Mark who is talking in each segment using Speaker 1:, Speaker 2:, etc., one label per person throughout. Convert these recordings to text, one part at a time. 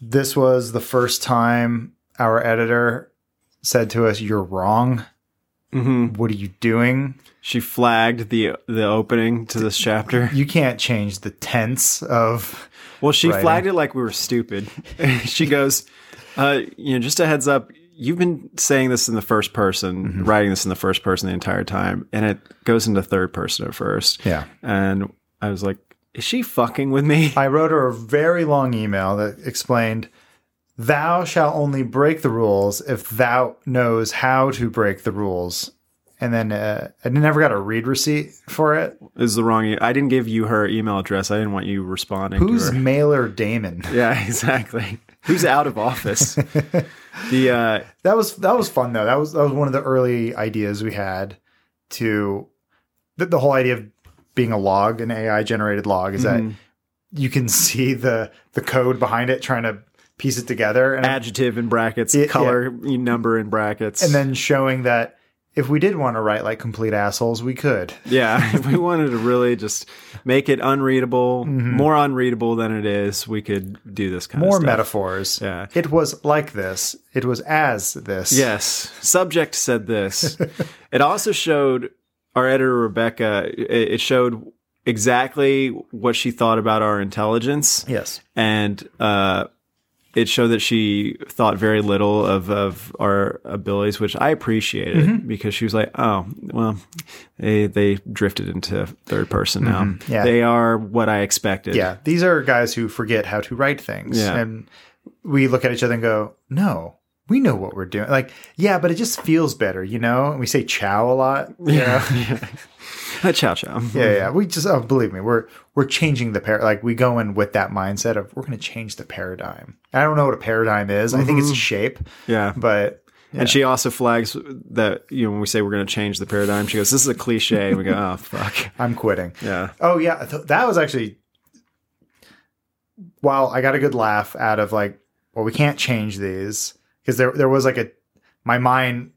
Speaker 1: this was the first time our editor said to us, "You're wrong.
Speaker 2: Mm-hmm.
Speaker 1: What are you doing?
Speaker 2: She flagged the the opening to this chapter.
Speaker 1: You can't change the tense of."
Speaker 2: Well, she
Speaker 1: Writing.
Speaker 2: flagged it like we were stupid. she goes, uh, you know, just a heads up, you've been saying this in the first person,
Speaker 1: Mm-hmm.
Speaker 2: writing this in the first person the entire time, and it goes into third person at first.
Speaker 1: Yeah.
Speaker 2: And I was like, is she fucking with me?
Speaker 1: I wrote her a very long email that explained, Thou shall only break the rules if thou knows how to break the rules. And then uh, I never got a read receipt for it.
Speaker 2: This is the wrong. e- I didn't give you her email address. I didn't want you responding
Speaker 1: Who's
Speaker 2: to her.
Speaker 1: Mailer Damon?
Speaker 2: Yeah, exactly. Who's out of office? the uh,
Speaker 1: That was that was fun though. That was that was one of the early ideas we had to the, the whole idea of being a log, an AI generated log, is that you can see the the code behind it trying to piece it together. And I'm-
Speaker 2: adjective in brackets,
Speaker 1: Yeah, yeah.
Speaker 2: color, number in brackets,
Speaker 1: and then showing that if we did want to write like complete assholes, we could.
Speaker 2: Yeah, if we wanted to really just make it unreadable, more unreadable than it is, we could do this kind
Speaker 1: Mm-hmm. More
Speaker 2: of stuff.
Speaker 1: metaphors.
Speaker 2: Yeah.
Speaker 1: It was like this. It was as this.
Speaker 2: Yes, subject said this. it also showed our editor Rebecca. It, it showed exactly what she thought about our intelligence,
Speaker 1: Yes.
Speaker 2: and uh, it showed that she thought very little of of our abilities, which I appreciated
Speaker 1: Mm-hmm.
Speaker 2: because she was like, "Oh, well, they they drifted into third person now.
Speaker 1: Mm-hmm. Yeah.
Speaker 2: They are what I expected."
Speaker 1: Yeah. These are guys who forget how to write things.
Speaker 2: Yeah.
Speaker 1: And we look at each other and go, no, we know what we're doing. Like, yeah, but it just feels better, you know? And we say chow a lot. Yeah.
Speaker 2: Uh, Chow chow.
Speaker 1: yeah. Yeah. We just, oh, believe me, we're, we're changing the par. Like, we go in with that mindset of we're going to change the paradigm. I don't know what a paradigm is. I think it's shape,
Speaker 2: Yeah.
Speaker 1: but
Speaker 2: And she also flags that, you know, when we say we're going to change the paradigm, she goes, this is a cliche. And we go, oh, fuck.
Speaker 1: I'm quitting.
Speaker 2: Yeah.
Speaker 1: Oh yeah, th- that was actually. While I got a good laugh out of like, well, we can't change these because there there was like a my mind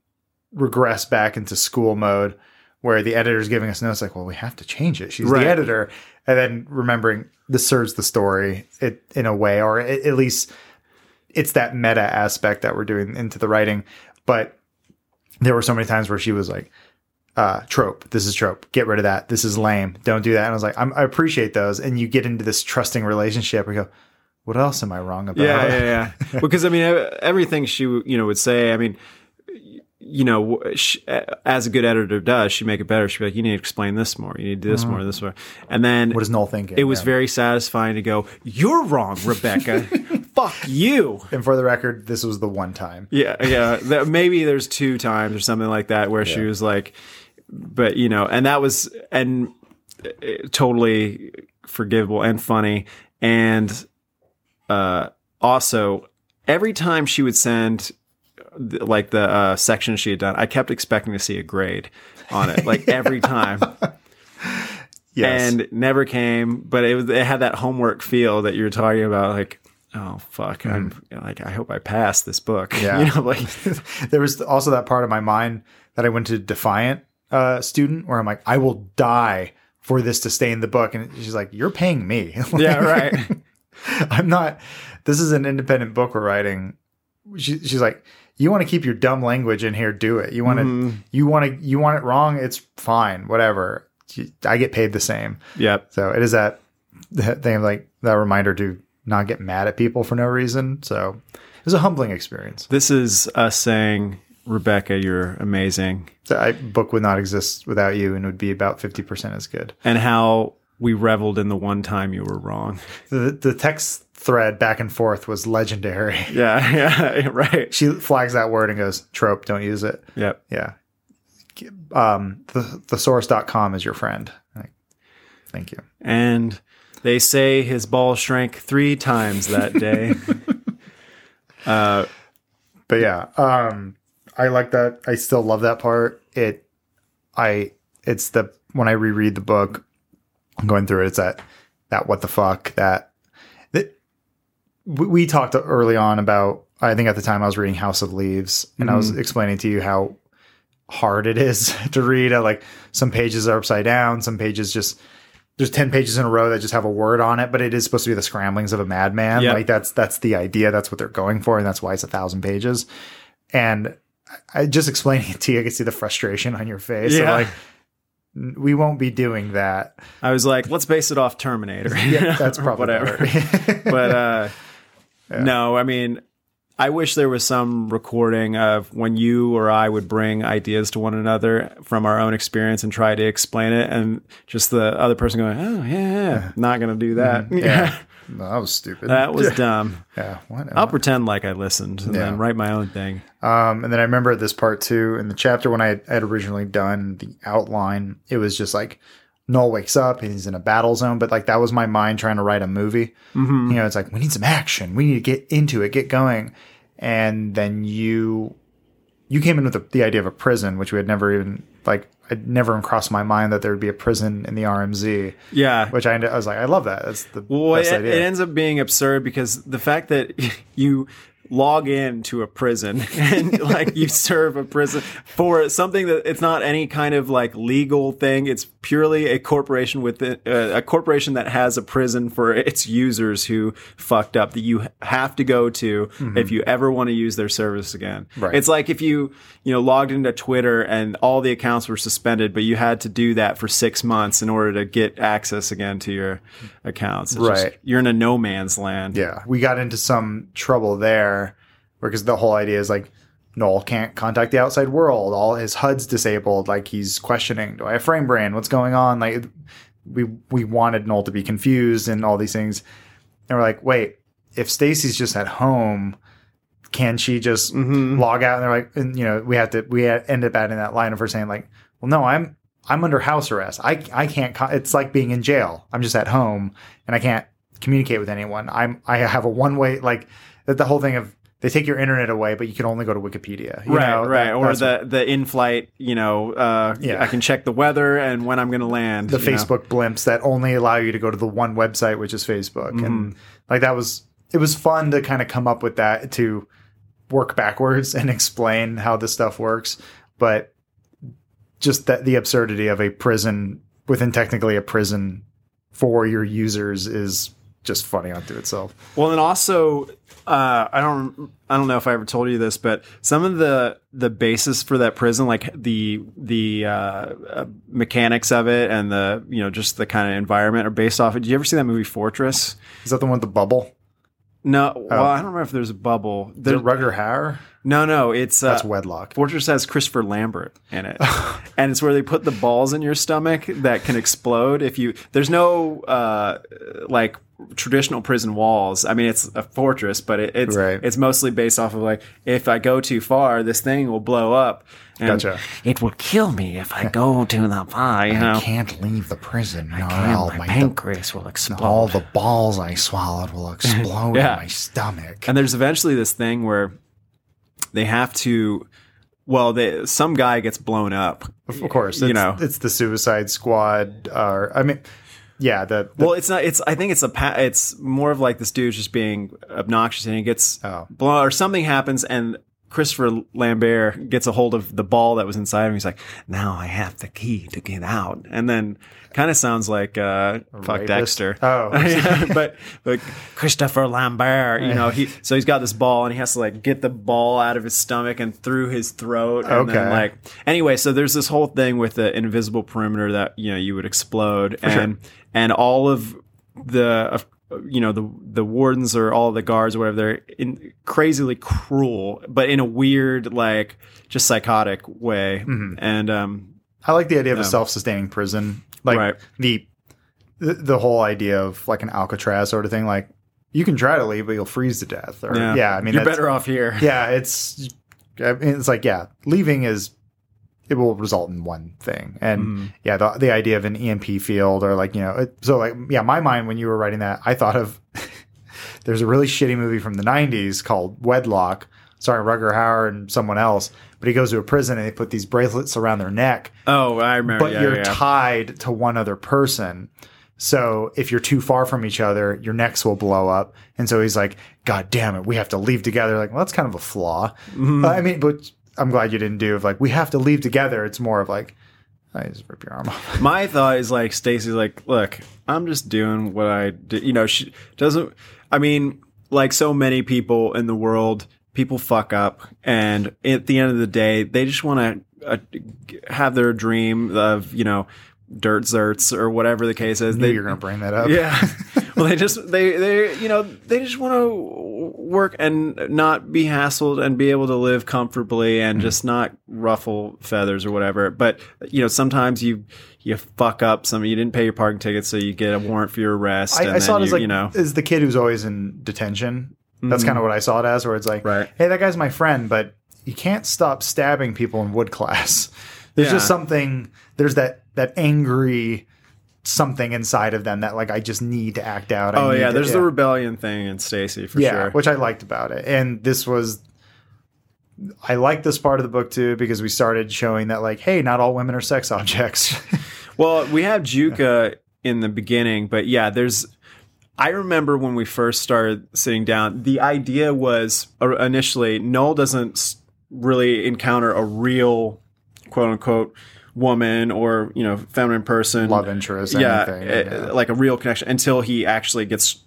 Speaker 1: regressed back into school mode where the editor's giving us notes like, well, we have to change it. She's
Speaker 2: Right.
Speaker 1: the editor, and then remembering this serves the story it in a way, or a- at least it's that meta aspect that we're doing into the writing. But there were so many times where she was like, uh, trope. This is trope. Get rid of that. This is lame. Don't do that. And I was like, I'm, I appreciate those. And you get into this trusting relationship. We go, what else am I wrong about?
Speaker 2: Yeah. Yeah. Yeah. because, I mean, ev- everything she, you know, would say, I mean, y- you know, w- she, as a good editor does, she'd make it better. She'd be like, you need to explain this more. You need to do this more, this more. And then
Speaker 1: Mm. What is Noel thinking?
Speaker 2: it was
Speaker 1: Yeah.
Speaker 2: very satisfying to go, you're wrong, Rebecca. fuck you.
Speaker 1: and for the record, this was the one time.
Speaker 2: Yeah, yeah. That- maybe there's two times or something like that where she was like, but you know, and that was and uh, totally forgivable and funny, and uh, also every time she would send th- like the uh, section she had done, I kept expecting to see a grade on it, like every time,
Speaker 1: Yes.
Speaker 2: and never came. But it was it had that homework feel that you were talking about, like. Oh fuck! I'm like, I hope I pass this book.
Speaker 1: Mm-hmm. Yeah.
Speaker 2: you know, like
Speaker 1: there was also that part of my mind that I went to defiant uh, student where I'm like, I will die for this to stay in the book. And she's like, you're paying me.
Speaker 2: Yeah, right.
Speaker 1: I'm not. This is an independent book we're writing. She, she's like, you want to keep your dumb language in here, do it. You want to, you want to, you want it wrong. It's fine, whatever. She- I get paid the same.
Speaker 2: yep.
Speaker 1: So it is that, that thing of like that reminder to not get mad at people for no reason. So it was a humbling experience.
Speaker 2: This is us saying, Rebecca, you're amazing,
Speaker 1: So I book would not exist without you, and would be about fifty percent as good.
Speaker 2: and how we reveled in the one time you were wrong.
Speaker 1: The the text thread back and forth was legendary.
Speaker 2: Yeah, yeah, right.
Speaker 1: She flags that word and goes, "Trope, don't use it."
Speaker 2: Yep.
Speaker 1: yeah um the thesaurus.com is your friend Like, thank you
Speaker 2: And they say his ball shrank three times that day.
Speaker 1: but yeah um i like that i still love that part it i it's the when i reread the book i'm going through it it's that that what the fuck that that we, we talked early on about i think at the time i was reading house of leaves and i
Speaker 2: Mm-hmm.
Speaker 1: was explaining to you how hard it is to read Uh, like some pages are upside down some pages just there's 10 pages in a row that just have a word on it, but it is supposed to be the scramblings of a madman.
Speaker 2: Yep.
Speaker 1: Like that's, that's the idea. That's what they're going for. And that's why it's a thousand pages. And I I just explaining it to you, I could see the frustration on your face. of
Speaker 2: Yeah.
Speaker 1: like, "N- we won't be doing that.
Speaker 2: I was like, let's base it off Terminator.
Speaker 1: Yeah, that's probably
Speaker 2: whatever.
Speaker 1: better.
Speaker 2: but uh, no, I mean, I wish there was some recording of when you or I would bring ideas to one another from our own experience and try to explain it, and just the other person going, "Oh yeah, yeah. not going to do that."
Speaker 1: Mm-hmm. yeah. No, that was stupid.
Speaker 2: that was dumb.
Speaker 1: yeah. What?
Speaker 2: I'll pretend like I listened and then
Speaker 1: Yeah.
Speaker 2: write my own thing.
Speaker 1: Um, and then I remember this part too in the chapter when I had, I had originally done the outline. It was just like Null wakes up and he's in a battle zone, but like that was my mind trying to write a movie.
Speaker 2: Mm-hmm.
Speaker 1: You know, it's like we need some action, we need to get into it, get going. And then you you came in with the, the idea of a prison, which we had never even like. It never even crossed my mind that there would be a prison in the RMZ.
Speaker 2: Yeah,
Speaker 1: Which I, I was like, I love that. That's the
Speaker 2: Well,
Speaker 1: best
Speaker 2: it,
Speaker 1: idea.
Speaker 2: it ends up being absurd because the fact that you log in to a prison and like you serve a prison for something that it's not any kind of like legal thing it's purely a corporation with uh, a corporation that has a prison for its users who fucked up that you have to go to if you ever want to use their service again
Speaker 1: Mm-hmm. Right.
Speaker 2: it's like if you you know logged into twitter and all the accounts were suspended but you had to do that for six months in order to get access again to your accounts It's just-
Speaker 1: Right.
Speaker 2: you're in a no man's land.
Speaker 1: Yeah, we got into some trouble there because the whole idea is like Noel can't contact the outside world. All his HUD's disabled. Like he's questioning, do I have frame brain? What's going on? Like we we wanted Noel to be confused and all these things, and we're like, wait, if Stacy's just at home. Can she just
Speaker 2: Mm-hmm.
Speaker 1: log out? And they're like, and, you know, we have to, we had- end up adding that line of her saying like, well, no, I'm, I'm under house arrest. I, I can't, co- it's like being in jail. I'm just at home and I can't communicate with anyone. I'm I have a one way like that the whole thing of they take your internet away, but you can only go to Wikipedia. you
Speaker 2: right,
Speaker 1: know,
Speaker 2: right.
Speaker 1: that-
Speaker 2: or
Speaker 1: that's
Speaker 2: the, the in flight, you know, uh,
Speaker 1: Yeah.
Speaker 2: I can check the weather and when I'm going to land.
Speaker 1: the
Speaker 2: you know.
Speaker 1: Facebook blimps that only allow you to go to the one website, which is Facebook.
Speaker 2: Mm-hmm.
Speaker 1: And like that was it was fun to kind of come up with that to work backwards and explain how this stuff works. But just that the absurdity of a prison within technically a prison for your users is just funny unto itself.
Speaker 2: Well, and also, uh, I don't, I don't know if I ever told you this, but some of the the basis for that prison, like the the uh, uh, mechanics of it and the you know just the kind of environment, are based off. it. Did you ever see that movie Fortress?
Speaker 1: Is that the one with the bubble?
Speaker 2: No,
Speaker 1: Oh.
Speaker 2: well, I don't remember if there's a bubble.
Speaker 1: Is
Speaker 2: There,
Speaker 1: it Rugger Hauer?
Speaker 2: no, no, it's uh,
Speaker 1: That's wedlock.
Speaker 2: Fortress has Christopher Lambert in it, and it's where they put the balls in your stomach that can explode if you. There's no uh, like traditional prison walls. I mean, it's a fortress, but it, it's
Speaker 1: Right.
Speaker 2: it's mostly based off of like if I go too far, this thing will blow up. And
Speaker 1: Gotcha.
Speaker 3: It will kill me if I go to the pie. You know,
Speaker 1: can't leave the prison. I
Speaker 3: my, pancreas will explode.
Speaker 1: the balls I swallowed will explode
Speaker 2: Yeah. my
Speaker 1: stomach.
Speaker 2: And there's eventually this thing where they have to. Well, they, some guy gets blown up.
Speaker 1: Of course, it's,
Speaker 2: You know.
Speaker 1: it's the Suicide Squad. Or I mean, yeah, the, the-
Speaker 2: Well, it's not. It's. I think it's a. Pa- it's more of like this dude's just being obnoxious, and he gets
Speaker 1: Oh.
Speaker 2: blown, or something happens, and Christopher Lambert gets a hold of the ball that was inside him. He's like, "Now I have the key to get out," and then kind of sounds like uh,
Speaker 1: rapist?
Speaker 2: fuck Dexter.
Speaker 1: Oh.
Speaker 2: Yeah, but but Christopher Lambert, you know, he so he's got this ball, and he has to like get the ball out of his stomach and through his throat, and then
Speaker 1: Okay.
Speaker 2: like anyway. So there's this whole thing with the invisible perimeter that you know you would explode and and all of the uh, you know the the wardens or all the guards or whatever they're in crazily cruel but in a weird like just psychotic way
Speaker 1: Mm-hmm.
Speaker 2: and um
Speaker 1: I like the idea of a self-sustaining prison, like
Speaker 2: Right.
Speaker 1: the the- the whole idea of like an Alcatraz sort of thing. Like you can try to leave, but you'll freeze to death. Or
Speaker 2: yeah,
Speaker 1: yeah, I mean,
Speaker 2: you're
Speaker 1: that's-
Speaker 2: better off here
Speaker 1: Yeah, it's I mean, it's like yeah, leaving is it will result in one thing, and yeah, the the idea of an EMP field or like you know, it, so like yeah, my mind when you were writing that, I thought of there's a really shitty movie from the '90s called Wedlock, starring Rugger Hauer and someone else, but he goes to a prison and they put these bracelets around their neck,
Speaker 2: oh i remember
Speaker 1: but
Speaker 2: yeah,
Speaker 1: you're
Speaker 2: yeah.
Speaker 1: tied to one other person. So if you're too far from each other, your necks will blow up. And so he's like, God damn it, we have to leave together. Like, well, that's kind of a
Speaker 2: Mm-hmm.
Speaker 1: flaw. I mean, but I'm glad you didn't do of like, we have to leave together. It's more of like, I just rip your arm off.
Speaker 2: My thought is like Stacy's like, look, I'm just doing what I do. You know, she doesn't. I mean, like so many people in the world, people fuck up, and at the end of the day, they just want to uh, have their dream of you know, dirt zerts or whatever the case is.
Speaker 1: I knew
Speaker 2: They
Speaker 1: you were gonna bring that up.
Speaker 2: yeah. well, they just they they you know they just want to work and not be hassled and be able to live comfortably and
Speaker 1: Mm-hmm.
Speaker 2: just not ruffle feathers or whatever. But you know sometimes you you fuck up. Some you didn't pay your parking ticket, so you get a warrant for your arrest. and
Speaker 1: I, I saw
Speaker 2: then
Speaker 1: it as
Speaker 2: you,
Speaker 1: like
Speaker 2: you know Mm-hmm.
Speaker 1: is the kid who's always in detention. That's kind of what I saw it as, where it's like,
Speaker 2: Right.
Speaker 1: hey, that guy's my friend, but you can't stop stabbing people in wood class. There's
Speaker 2: Yeah.
Speaker 1: just something. There's that that angry something inside of them that like I just need to act out. I
Speaker 2: oh
Speaker 1: need
Speaker 2: yeah,
Speaker 1: to-
Speaker 2: there's the rebellion thing in Stacy for
Speaker 1: yeah,
Speaker 2: sure.
Speaker 1: which I liked about it. And this was, I liked this part of the book too because we started showing that like, hey, not all women are sex objects.
Speaker 2: Well, we have Juca in the beginning, but yeah, there's. I remember when we first started sitting down, the idea was or initially Noel doesn't s- really encounter a real quote unquote woman or, you know, feminine person.
Speaker 1: Love interest,
Speaker 2: Yeah,
Speaker 1: anything,
Speaker 2: uh,
Speaker 1: yeah.
Speaker 2: Like a real connection until he actually gets,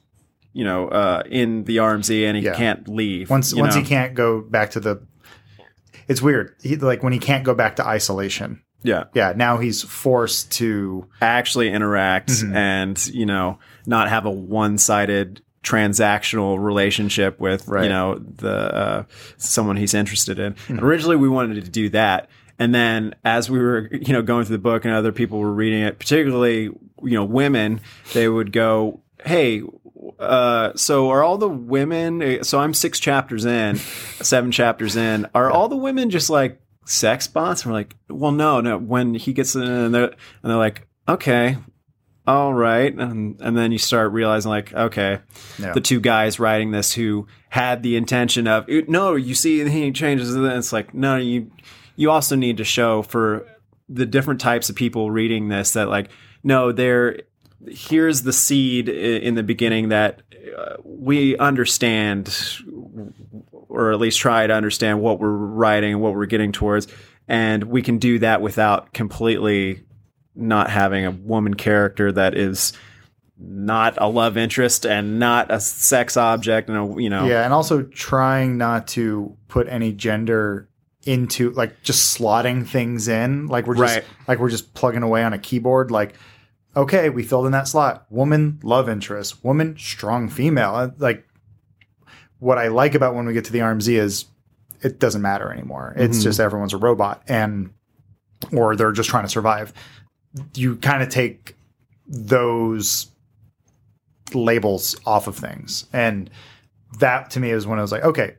Speaker 2: you know, uh, in the RMZ and he
Speaker 1: Yeah.
Speaker 2: can't leave.
Speaker 1: once
Speaker 2: you
Speaker 1: once
Speaker 2: know?
Speaker 1: he can't go back to the, it's weird. He, like when he can't go back to isolation.
Speaker 2: Yeah.
Speaker 1: Yeah, now he's forced to.
Speaker 2: actually interact and you know not have a one-sided transactional relationship with you
Speaker 1: Right.
Speaker 2: know the uh, someone he's interested in originally we wanted to do that and then as we were you know going through the book and other people were reading it particularly you know women they would go hey uh, so are all the women so i'm six chapters in seven chapters in are all the women just like sex bots and we're like well no no when he gets in and they're, and they're like okay all right and, and then you start realizing like okay
Speaker 1: Yeah.
Speaker 2: the two guys writing this who had the intention of "Ooh, no you see he changes and then it's like no you you also need to show for the different types of people reading this that like no they're here's the seed i- in the beginning that uh, we understand or at least try to understand what we're writing and what we're getting towards and we can do that without completely not having a woman character that is not a love interest and not a sex object and a you know
Speaker 1: Yeah, and also trying not to put any gender into like just slotting things in, like we're just
Speaker 2: Right.
Speaker 1: like we're just plugging away on a keyboard. Like, okay, we filled in that slot. Woman love interest, woman strong female. Uh, Like, what I like about when we get to the RMZ is it doesn't matter anymore. It's
Speaker 2: Mm-hmm.
Speaker 1: just everyone's a robot, and or they're just trying to survive. You kind of take those labels off of things. And that to me is when I was like, okay,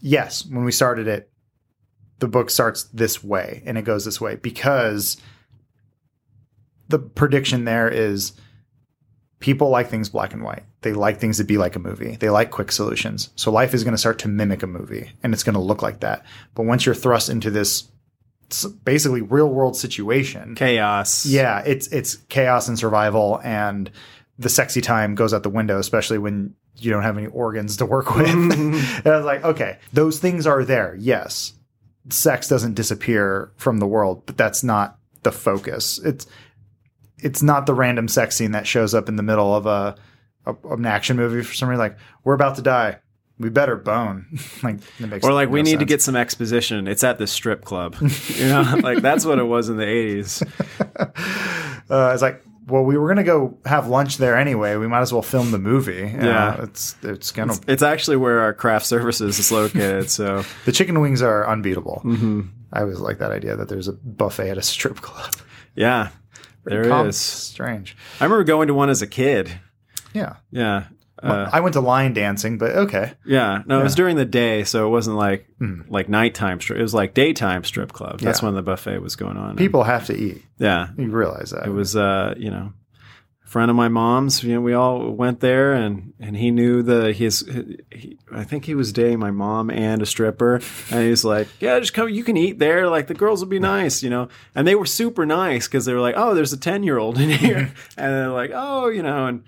Speaker 1: yes, when we started it, the book starts this way and it goes this way because the prediction there is people like things black and white. They like things to be like a movie. They like quick solutions. So life is going to start to mimic a movie and it's going to look like that. But once you're thrust into this s- basically real world situation,
Speaker 2: chaos
Speaker 1: yeah, it's it's chaos and survival, and the sexy time goes out the window, especially when you don't have any organs to work with. and I was like, okay, those things are there. Yes, sex doesn't disappear from the world, but that's not the focus. It's it's not the random sex scene that shows up in the middle of a, a an action movie for some reason. Like we're about to die, we better bone. like that makes
Speaker 2: or like we
Speaker 1: no
Speaker 2: need to
Speaker 1: sense.
Speaker 2: get some exposition it's at this strip club you know like that's what it was in the 80s
Speaker 1: uh, it's like, well, we were gonna go have lunch there anyway. We might as well film the movie. You
Speaker 2: Yeah.
Speaker 1: know, it's it's gonna.
Speaker 2: it's actually where our craft services is located so
Speaker 1: the chicken wings are unbeatable.
Speaker 2: Mm-hmm.
Speaker 1: I always like that idea that there's a buffet at a strip club.
Speaker 2: yeah there it
Speaker 1: Com-
Speaker 2: is
Speaker 1: strange.
Speaker 2: i remember going to one as a kid
Speaker 1: Yeah,
Speaker 2: yeah uh,
Speaker 1: I went to line dancing, but okay.
Speaker 2: Yeah, no, it was during the day, so it wasn't like like nighttime strip. It was like daytime strip club. That's
Speaker 1: Hmm. Yeah.
Speaker 2: when the buffet was going on.
Speaker 1: People have to eat.
Speaker 2: yeah,
Speaker 1: You realize that.
Speaker 2: it was uh, you know, a friend of my mom's. You know, we all went there, and and he knew the his. He, I think he was dating my mom and a stripper, and he was like, "Yeah, just come. You can eat there. Like the girls will be nice, you know." And they were super nice because they were like, "Oh, there's a ten year old in here," and they're like, "Oh, you know," and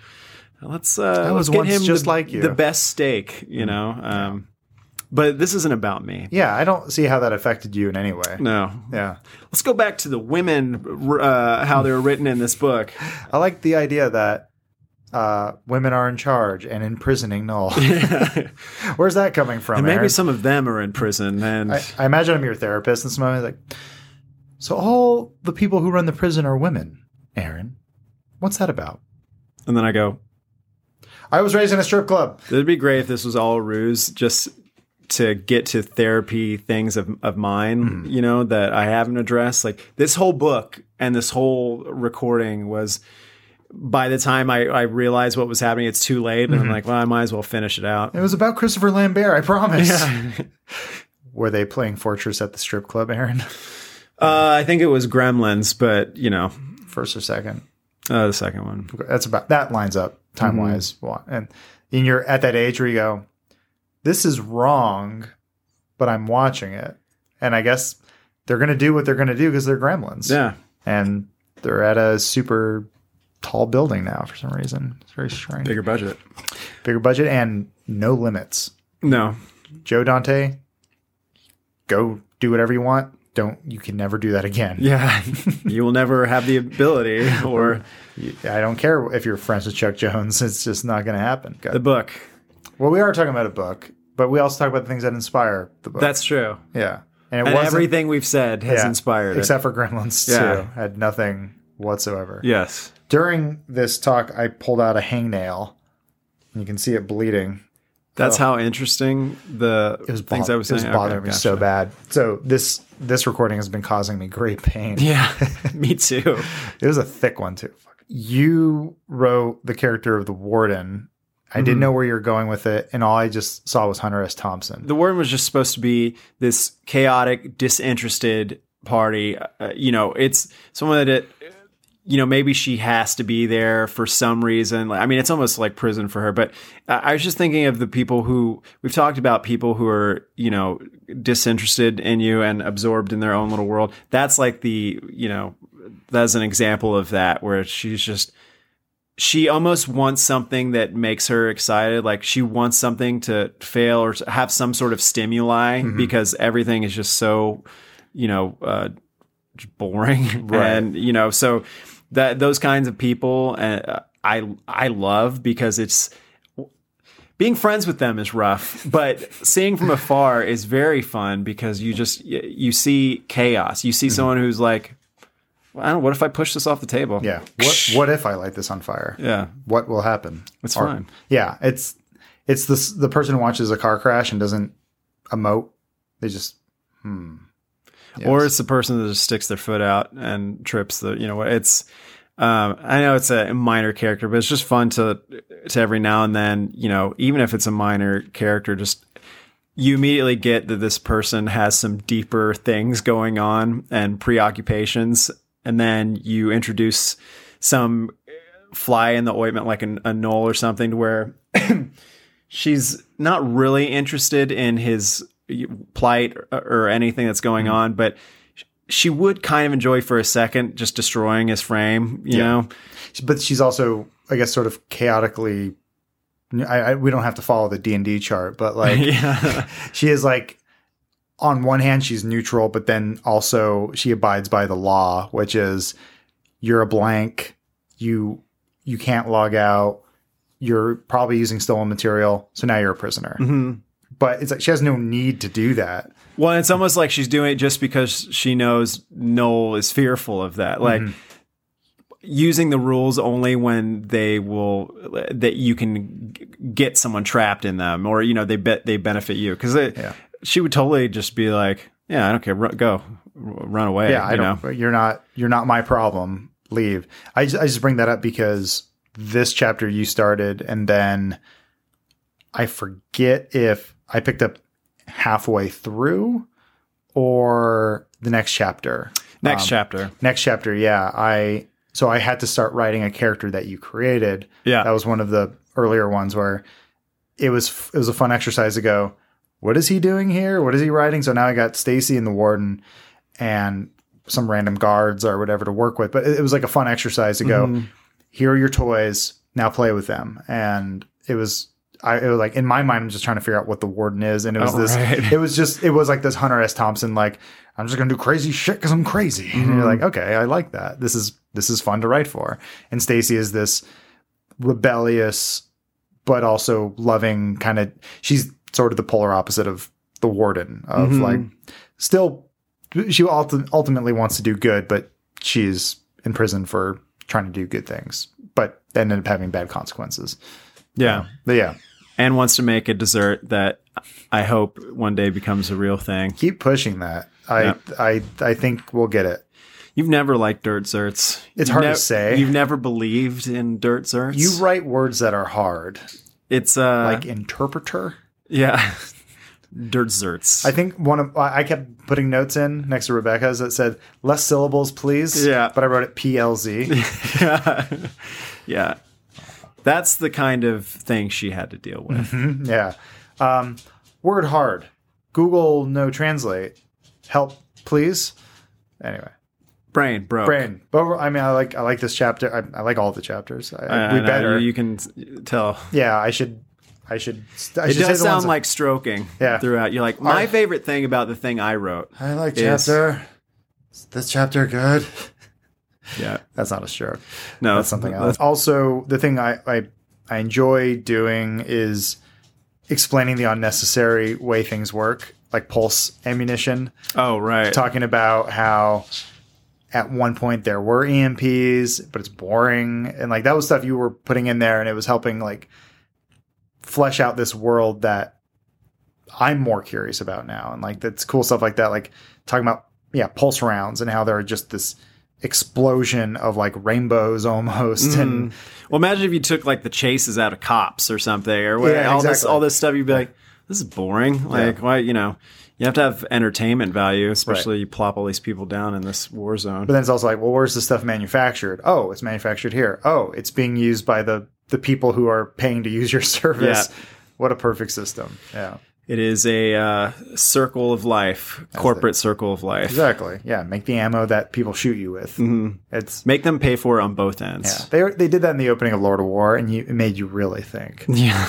Speaker 2: let's uh,
Speaker 1: was
Speaker 2: let's get
Speaker 1: once
Speaker 2: him
Speaker 1: just
Speaker 2: the,
Speaker 1: like you. Mm.
Speaker 2: the best steak, you know. Um, But this isn't about me.
Speaker 1: Yeah, I don't see how that affected you in any way.
Speaker 2: No.
Speaker 1: Yeah.
Speaker 2: Let's go back to the women, uh, how they were written in this book.
Speaker 1: I like the idea that uh, women are in charge and imprisoning Null. Where's that coming from?
Speaker 2: And maybe
Speaker 1: Aaron?
Speaker 2: some of them are in prison. And
Speaker 1: I, I imagine I'm your therapist in this moment. Like, so all the people who run the prison are women, Aaron. What's that about?
Speaker 2: and then I go,
Speaker 1: I was raised in a strip club.
Speaker 2: it'd be great if this was all a ruse just to get to therapy things of, of mine, you know, that I haven't addressed. Like this whole book and this whole recording was by the time I, I realized what was happening, it's too late. And I'm like, well, I might as well finish it out.
Speaker 1: It was about Christopher Lambert, I promise. Were they playing Fortress at the strip club, Aaron?
Speaker 2: Uh, I think it was Gremlins, but you know,
Speaker 1: First or second?
Speaker 2: uh, the second one.
Speaker 1: That's about that lines up time wise. And and you're at that age where you go, This is wrong, but I'm watching it. And I guess they're gonna do what they're gonna do because they're gremlins.
Speaker 2: Yeah.
Speaker 1: And they're at a super tall building now for some reason. It's very strange.
Speaker 2: Bigger budget.
Speaker 1: Bigger budget and no limits.
Speaker 2: No.
Speaker 1: Joe Dante, go do whatever you want. Don't you can never do that again.
Speaker 2: Yeah. you will never have the ability or
Speaker 1: I don't care if you're friends with Chuck Jones. It's just not going to happen.
Speaker 2: the book.
Speaker 1: Well, we are talking about a book, but we also talk about the things that inspire the book.
Speaker 2: That's true.
Speaker 1: yeah, and it
Speaker 2: And
Speaker 1: wasn't
Speaker 2: everything we've said has
Speaker 1: yeah,
Speaker 2: inspired it.
Speaker 1: except for Gremlins
Speaker 2: Yeah.
Speaker 1: too. Had nothing whatsoever.
Speaker 2: Yes.
Speaker 1: During this talk, I pulled out a hangnail, and you can see it bleeding.
Speaker 2: That's how interesting the
Speaker 1: Oh. It was
Speaker 2: things
Speaker 1: bo-
Speaker 2: I was
Speaker 1: it
Speaker 2: saying.
Speaker 1: was bothering
Speaker 2: Okay,
Speaker 1: me
Speaker 2: gotcha.
Speaker 1: so bad. So this this recording has been causing me great pain.
Speaker 2: Yeah, me too.
Speaker 1: It was a thick one too. You wrote the character of the warden. I didn't
Speaker 2: Hmm.
Speaker 1: know where you were going with it, and all I just saw was Hunter S. Thompson.
Speaker 2: The word was just supposed to be this chaotic, disinterested party. Uh, you know, it's someone that, it, you know, maybe she has to be there for some reason. Like, I mean, it's almost like prison for her. But I I was just thinking of the people who we've talked about people who are, you know, disinterested in you and absorbed in their own little world. That's like the, you know, that's an example of that where she's just she almost wants something that makes her excited. Like she wants something to fail or to have some sort of stimuli because everything is just so, you know, uh, just boring. And you know, so that those kinds of people, uh, I I love because it's being friends with them is rough, but seeing from afar is very fun because you just y- you see chaos. You see someone who's like, well, I don't. know, What if I push this off the table?
Speaker 1: Yeah. What what if I light this on fire?
Speaker 2: Yeah.
Speaker 1: What will happen?
Speaker 2: It's
Speaker 1: Or-
Speaker 2: fine.
Speaker 1: Yeah, it's it's this the person who watches a car crash and doesn't emote. They just
Speaker 2: or it's the person that just sticks their foot out and trips the you know it's um, I know it's a minor character, but it's just fun to to every now and then you know even if it's a minor character, just you immediately get that this person has some deeper things going on and preoccupations, and then you introduce some fly in the ointment like an, a knoll or something to where she's not really interested in his plight or, or anything that's going on, but sh- she would kind of enjoy for a second just destroying his frame, you know?
Speaker 1: but she's also I guess sort of chaotically I, I we don't have to follow the D&D chart, but like
Speaker 2: yeah.
Speaker 1: she is like on one hand she's neutral but then also she abides by the law which is you're a blank you you can't log out you're probably using stolen material so now you're a prisoner
Speaker 2: Mm-hmm.
Speaker 1: but it's like she has no need to do that
Speaker 2: Well, it's almost like she's doing it just because she knows Noel is fearful of that. Like
Speaker 1: Mm-hmm.
Speaker 2: using the rules only when they will that you can g- get someone trapped in them, or you know they bet they benefit you because
Speaker 1: Yeah.
Speaker 2: she would totally just be like, "Yeah, I don't care, ru- go, R- run away."
Speaker 1: yeah i
Speaker 2: you
Speaker 1: don't
Speaker 2: know?
Speaker 1: you're not you're not my problem leave I just, I just bring that up because this chapter you started and then i forget if i picked up halfway through or the next chapter
Speaker 2: Next chapter.
Speaker 1: next chapter yeah i so i had to start writing a character that you created
Speaker 2: Yeah.
Speaker 1: that was one of the earlier ones where it was it was a fun exercise to go what is he doing here what is he writing so now i got stacy and the warden and some random guards or whatever to work with but it, it was like a fun
Speaker 2: Mm-hmm.
Speaker 1: exercise to go here are your toys now play with them and it was I it was like in my mind, I'm just trying to figure out what the warden is, and it was
Speaker 2: Oh,
Speaker 1: this.
Speaker 2: right.
Speaker 1: It was just it was like this Hunter S. Thompson like I'm just gonna do crazy shit because I'm crazy. And
Speaker 2: Mm-hmm.
Speaker 1: you're like, okay, I like that. This is this is fun to write for. And Stacy is this rebellious but also loving kind of. She's sort of the polar opposite of the warden of
Speaker 2: Mhm.
Speaker 1: like still she ulti- ultimately wants to do good, but she's in prison for trying to do good things, but ended up having bad consequences.
Speaker 2: Yeah.
Speaker 1: But yeah,
Speaker 2: And wants to make a dessert that I hope one day becomes a real thing.
Speaker 1: keep pushing that. I
Speaker 2: Yeah.
Speaker 1: I I think we'll get it.
Speaker 2: You've never liked dirt zerts.
Speaker 1: It's
Speaker 2: You've
Speaker 1: hard to
Speaker 2: nev-
Speaker 1: say.
Speaker 2: You've never believed in dirt zerts.
Speaker 1: You write words that are hard,
Speaker 2: It's uh,
Speaker 1: like interpreter.
Speaker 2: yeah, dirt zerts.
Speaker 1: I think one of I I kept putting notes in next to Rebecca's that said less syllables, please.
Speaker 2: Yeah.
Speaker 1: but I wrote it PLZ.
Speaker 2: yeah. yeah. That's the kind of thing she had to deal
Speaker 1: Mm-hmm.
Speaker 2: with.
Speaker 1: yeah, um, word hard. Google no translate. Help, please. Anyway.
Speaker 2: Brain, bro.
Speaker 1: Brain. But I mean, I like I like this chapter. I, I like all the chapters. I,
Speaker 2: Uh,
Speaker 1: we
Speaker 2: no,
Speaker 1: better.
Speaker 2: You, you can s- tell.
Speaker 1: yeah, I should. I should. st- I
Speaker 2: It
Speaker 1: should say the
Speaker 2: does
Speaker 1: ones
Speaker 2: sound
Speaker 1: that-
Speaker 2: like stroking
Speaker 1: Yeah.
Speaker 2: throughout. You're like, my
Speaker 1: Our-
Speaker 2: favorite thing about the thing I wrote.
Speaker 1: I like
Speaker 2: is-
Speaker 1: chapter. Is this chapter good?
Speaker 2: Yeah.
Speaker 1: That's not a stroke.
Speaker 2: No.
Speaker 1: That's something else. Also, the thing I, I I enjoy doing is explaining the unnecessary way things work, like pulse ammunition.
Speaker 2: Oh, right.
Speaker 1: talking about how at one point there were EMPs, but it's boring. And like that was stuff you were putting in there and it was helping like flesh out this world that I'm more curious about now. And like that's cool stuff like that. Like talking about, yeah, pulse rounds and how there are just this explosion of like rainbows almost and
Speaker 2: Well, imagine if you took like the chases out of cops or something, or what,
Speaker 1: Yeah,
Speaker 2: all this
Speaker 1: exactly.
Speaker 2: all this stuff. You'd be like, this is boring. Like, why? You know, you have to have entertainment value, especially you plop all these people down in this war zone.
Speaker 1: But then it's also like, well, where's the stuff manufactured? Oh, it's manufactured here. Oh, it's being used by the the people who are paying to use your service.
Speaker 2: Yeah.
Speaker 1: What a perfect system. Yeah.
Speaker 2: It is a uh, circle of life, corporate circle of life.
Speaker 1: Exactly. Yeah, make the ammo that people shoot you with. Mm-hmm. It's
Speaker 2: Make them pay for it on both
Speaker 1: yeah.
Speaker 2: ends.
Speaker 1: They they did that in the opening of Lord of War, and you it made you really think.
Speaker 2: Yeah.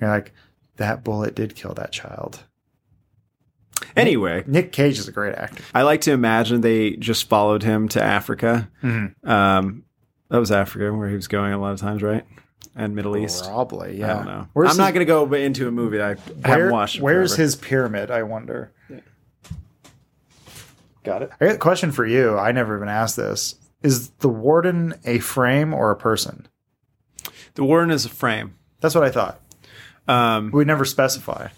Speaker 1: You're like, that bullet did kill that child.
Speaker 2: anyway,
Speaker 1: Nick Cage is a great actor.
Speaker 2: I like to imagine they just followed him to Africa.
Speaker 1: Mm-hmm.
Speaker 2: Um, that was Africa where he was going a lot of times, right? And Middle East.
Speaker 1: Probably.
Speaker 2: I
Speaker 1: Yeah.
Speaker 2: don't know.
Speaker 1: Where's
Speaker 2: I'm not
Speaker 1: his-
Speaker 2: going to go into a movie that I
Speaker 1: where-
Speaker 2: haven't watched. in
Speaker 1: Where's
Speaker 2: forever.
Speaker 1: his pyramid? I wonder.
Speaker 2: Got it.
Speaker 1: I got a question for you. I never even asked this. Is the warden a frame or a person?
Speaker 2: The Warden is a frame.
Speaker 1: That's what I thought.
Speaker 2: Um,
Speaker 1: We never specify.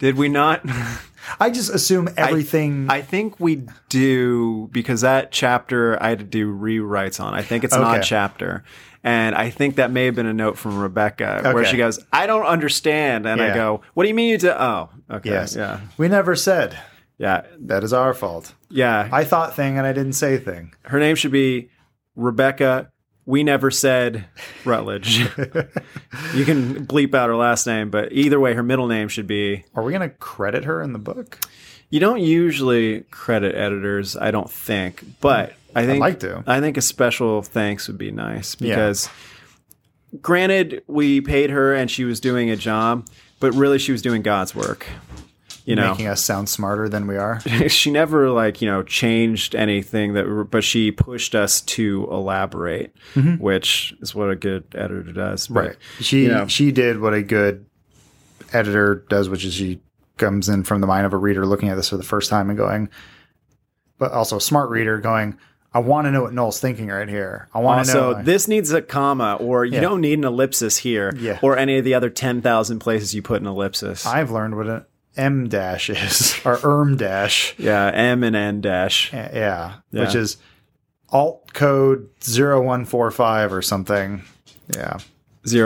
Speaker 2: did we not?
Speaker 1: I just assume everything.
Speaker 2: I think we do because that chapter I had to do rewrites on. I think it's an
Speaker 1: Okay.
Speaker 2: odd chapter. And I think that may have been a note from Rebecca where
Speaker 1: Okay.
Speaker 2: she goes, I don't understand. And I
Speaker 1: Yeah.
Speaker 2: go, What do you mean you do? Oh, okay.
Speaker 1: yes.
Speaker 2: Yeah.
Speaker 1: We never said.
Speaker 2: Yeah.
Speaker 1: That is our fault.
Speaker 2: Yeah.
Speaker 1: I thought thing and I didn't say thing.
Speaker 2: Her name should be Rebecca. We never said Rutledge. you can bleep out her last name, but either way, her middle name should be
Speaker 1: Are we going to credit her in the book?
Speaker 2: You don't usually credit editors, I don't think, but I think
Speaker 1: Mm. like to.
Speaker 2: I think a special thanks would be nice because, granted, we paid her and she was doing a job, but really she was doing God's work. You know,
Speaker 1: Making us sound smarter than we are.
Speaker 2: she never like you know changed anything that, but she pushed us to elaborate,
Speaker 1: Mm-hmm.
Speaker 2: which is what a good editor does. But
Speaker 1: She
Speaker 2: Yeah.
Speaker 1: she did what a good editor does, which is she comes in from the mind of a reader looking at this for the first time and going, but also a smart reader going, I want to know what Noel's thinking right here. I want to know.
Speaker 2: Also, this needs a comma, or you don't need an ellipsis here,
Speaker 1: Yeah.
Speaker 2: or any of the other ten thousand places you put an ellipsis.
Speaker 1: I've learned what an M dash is or erm dash.
Speaker 2: Yeah, M and N dash.
Speaker 1: Yeah, yeah,
Speaker 2: Yeah.
Speaker 1: which is alt code 0145 or something. Yeah.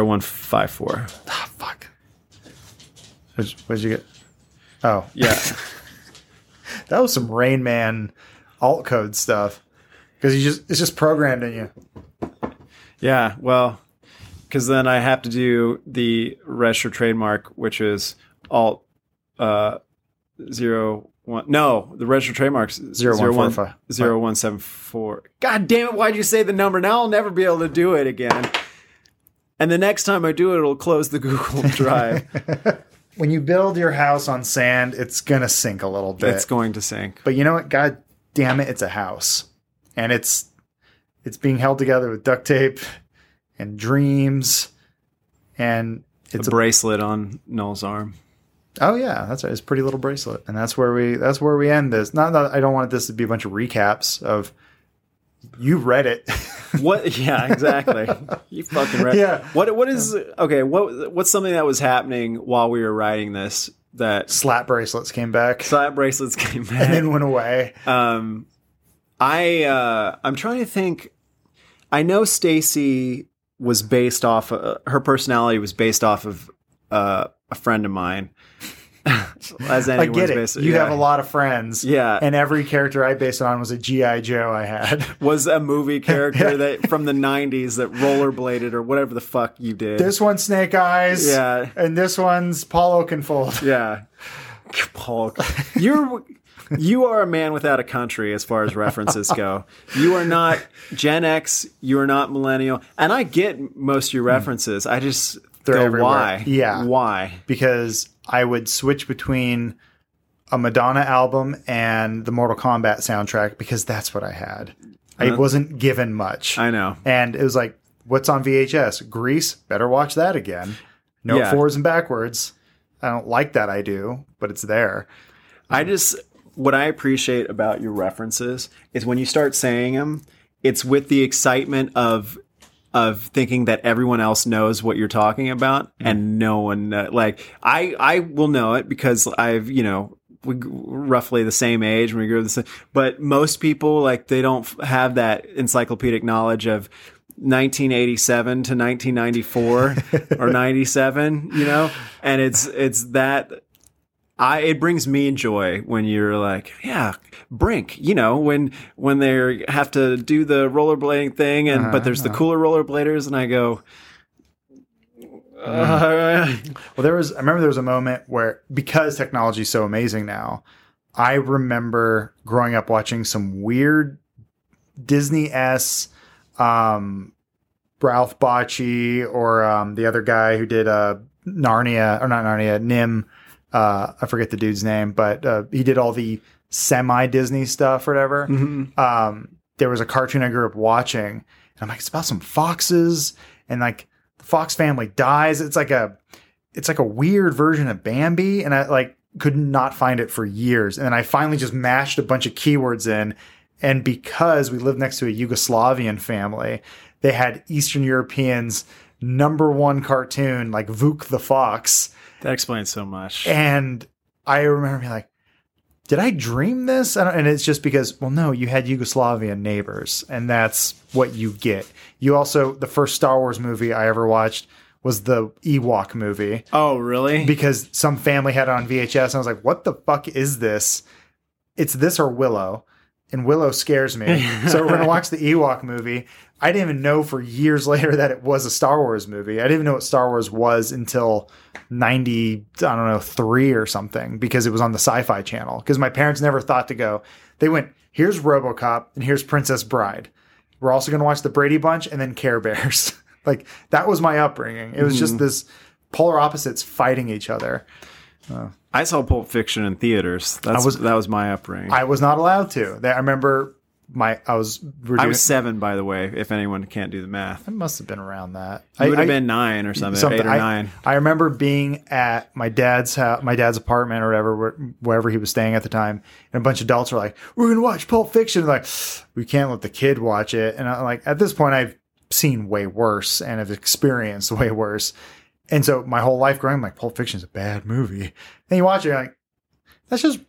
Speaker 2: 0154.
Speaker 1: Ah, fuck. What'd, what'd you get? Oh,
Speaker 2: Yeah.
Speaker 1: that was some Rain Man alt code stuff. Because you just it's just programmed in you.
Speaker 2: yeah. Well, because then I have to do the register trademark, which is alt uh, zero one. No, the register trademark's
Speaker 1: Zero one four five.
Speaker 2: 0174. God damn it. Why'd you say the number? Now I'll never be able to do it again. And the next time I do it, it'll close the Google Drive.
Speaker 1: When you build your house on sand, it's gonna sink a little bit.
Speaker 2: it's going to sink.
Speaker 1: but you know what? God damn it, it's a house, and it's it's being held together with duct tape and dreams, and it's
Speaker 2: It's a bracelet on Noel's arm.
Speaker 1: Oh yeah, that's right. It's a pretty little bracelet, and that's where we that's where we end this. Not that I don't want this to be a bunch of recaps of you read it.
Speaker 2: What? Yeah, exactly. you fucking read.
Speaker 1: Yeah.
Speaker 2: What? What is? Okay. What? What's something that was happening while we were writing this? That
Speaker 1: Slap bracelets came back
Speaker 2: slap bracelets came back.
Speaker 1: and then went away.
Speaker 2: um i uh i'm trying to think i know stacy was based off uh, her personality was based off of uh, a friend of mine as
Speaker 1: I
Speaker 2: anyone's
Speaker 1: get it.
Speaker 2: based
Speaker 1: you
Speaker 2: yeah.
Speaker 1: have a lot of friends.
Speaker 2: Yeah.
Speaker 1: And every character I based it on was a GI Joe I had.
Speaker 2: was a movie character that from the 90s that rollerbladed or whatever the fuck you did
Speaker 1: This one's Snake Eyes.
Speaker 2: Yeah.
Speaker 1: And this one's Paul Oakenfold.
Speaker 2: yeah paul you're you are a man without a country as far as references go you are not gen x you are not millennial and i get most of your references i just
Speaker 1: Hmm. They're
Speaker 2: go,
Speaker 1: everywhere.
Speaker 2: why
Speaker 1: Yeah.
Speaker 2: why
Speaker 1: Because I would switch between a Madonna album and the Mortal Kombat soundtrack because that's what I had. I
Speaker 2: Uh-huh.
Speaker 1: wasn't given much.
Speaker 2: i know
Speaker 1: And it was like, what's on VHS? Grease. Better watch that again. No
Speaker 2: Yeah.
Speaker 1: forwards and backwards. I don't like that. I do, but it's there.
Speaker 2: i just what i appreciate about your references is when you start saying them it's with the excitement of of thinking that everyone else knows what you're talking about and no one know, like I I will know it because I've you know we g- roughly the same age when we grew up the same, but most people like they don't f- have that encyclopedic knowledge of 1987 to 1994 or 97 you know and it's it's that I it brings me joy when you're like, yeah, Brink, you know, when when they have to do the rollerblading thing and but there's the cooler rollerbladers and I go uh,
Speaker 1: Well, there was, I remember there was a moment where, because technology is so amazing now, I remember growing up watching some weird Disney S, um, Ralph Bocci or um, the other guy who did uh, Narnia, or not Narnia, Nim. Uh, I forget the dude's name, but uh, he did all the semi Disney stuff or whatever. Um, there was a cartoon I grew up watching, and I'm like, it's about some foxes, and like the fox family dies. It's like a it's like a weird version of Bambi, and I like could not find it for years. And then I finally just mashed a bunch of keywords in, and because we lived next to a Yugoslavian family, they had Eastern Europeans number one cartoon like Vuk the Fox,
Speaker 2: that explains so much.
Speaker 1: and I remember being like. Did I dream this? I don't, and it's just because, well, no, you had Yugoslavian neighbors, and that's what you get. You also, the first Star Wars movie I ever watched was the Ewok movie
Speaker 2: Oh, really?
Speaker 1: because some family had it on VHS. And I was like, what the fuck is this? It's this or Willow. And Willow scares me. so we're going to watch the Ewok movie. I didn't even know for years later that it was a Star Wars movie. I didn't even know what Star Wars was until 90, I don't know, three or something because it was on the sci fi channel. Because my parents never thought to go, they went, here's Robocop and here's Princess Bride. We're also going to watch the Brady Bunch and then Care Bears. like that was my upbringing. It was just this polar opposites fighting each other.
Speaker 2: I saw Pulp Fiction in theaters. That's,
Speaker 1: was-
Speaker 2: that was my upbringing. I,
Speaker 1: I was not allowed to. They- I remember my I was we're doing-
Speaker 2: was seven, by the way. If anyone can't do the math,
Speaker 1: I must have been around that.
Speaker 2: I would
Speaker 1: I,
Speaker 2: have been nine or something, eight or
Speaker 1: I,
Speaker 2: nine.
Speaker 1: I remember being at my dad's house, my dad's apartment or whatever, where, wherever he was staying at the time, and a bunch of adults were like, "We're gonna watch Pulp Fiction." And like, we can't let the kid watch it. And I'm like, at this point, I've seen way worse and have experienced way worse. And so my whole life growing, up, I'm like, Pulp Fiction's a bad movie. And you watch it, you're like, that's just.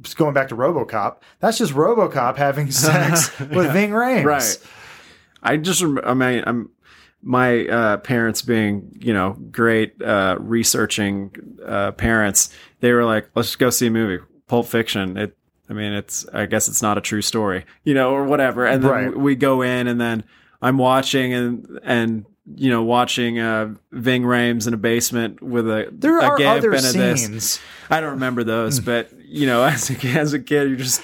Speaker 1: just Going back to RoboCop, that's just RoboCop having sex with Ving Rhames.
Speaker 2: Right. I just rem- I mean I'm my uh, parents being you know great uh, researching uh, parents. They were like, let's just go see a movie, Pulp Fiction. It I mean it's I guess it's not a true story, you know, or whatever. And then
Speaker 1: Right.
Speaker 2: we go in, and then I'm watching and and. You know, watching uh, Ving Rhames in a basement with a
Speaker 1: There
Speaker 2: a
Speaker 1: are
Speaker 2: gap
Speaker 1: other
Speaker 2: and a this.
Speaker 1: scenes.
Speaker 2: I don't remember those, but you know, as a, as a kid, you're just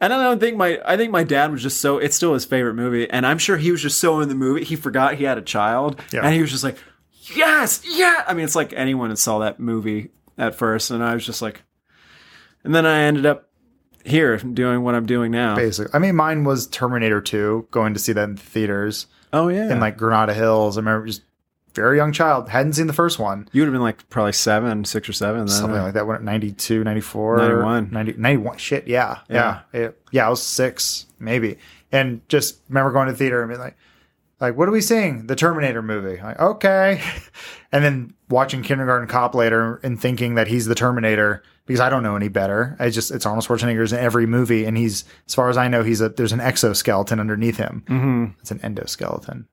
Speaker 2: And I don't think my I think my dad was just so it's still his favorite movie, and I'm sure he was just so in the movie he forgot he had a child,
Speaker 1: Yeah.
Speaker 2: and he was just like, yes, yeah. I mean, it's like anyone that saw that movie at first, and I was just like, and then I ended up here doing what I'm doing now.
Speaker 1: Basically, I mean, mine was Terminator 2, going to see that in the theaters
Speaker 2: Oh yeah,
Speaker 1: in like Granada Hills. I remember just very young child, hadn't seen the first one,
Speaker 2: you would have been like probably seven, six or seven, then.
Speaker 1: something like that. Went 92, 94,
Speaker 2: 91.
Speaker 1: 90 91. Shit, yeah.
Speaker 2: Yeah.
Speaker 1: Yeah. It- Yeah, I was six, maybe. And just remember going to the theater and being like, like, what are we seeing? The Terminator movie. Like, okay. And then watching Kindergarten Cop later and thinking that he's the Terminator because I don't know any better. I just, it's Arnold Schwarzenegger's in every movie. And he's, as far as I know, he's a, there's an exoskeleton underneath him.
Speaker 2: Mhm.
Speaker 1: It's an endoskeleton,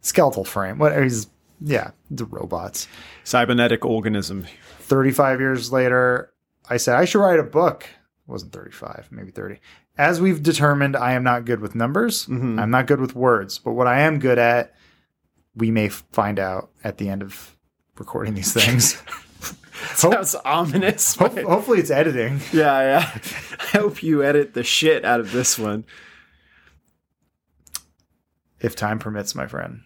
Speaker 1: skeletal frame. What he's, yeah, the robots.
Speaker 2: cybernetic organism.
Speaker 1: 35 years later, I said, I should write a book. It wasn't 35, maybe 30. As we've determined, I am not good with numbers.
Speaker 2: Mhm.
Speaker 1: I'm not good with words. But what I am good at, we may f- find out at the end of recording these things. Hope-
Speaker 2: Sounds ominous.
Speaker 1: hope-
Speaker 2: but-
Speaker 1: hopefully, it's editing.
Speaker 2: Yeah, yeah. I hope you edit the shit out of this one.
Speaker 1: If time permits, my friend.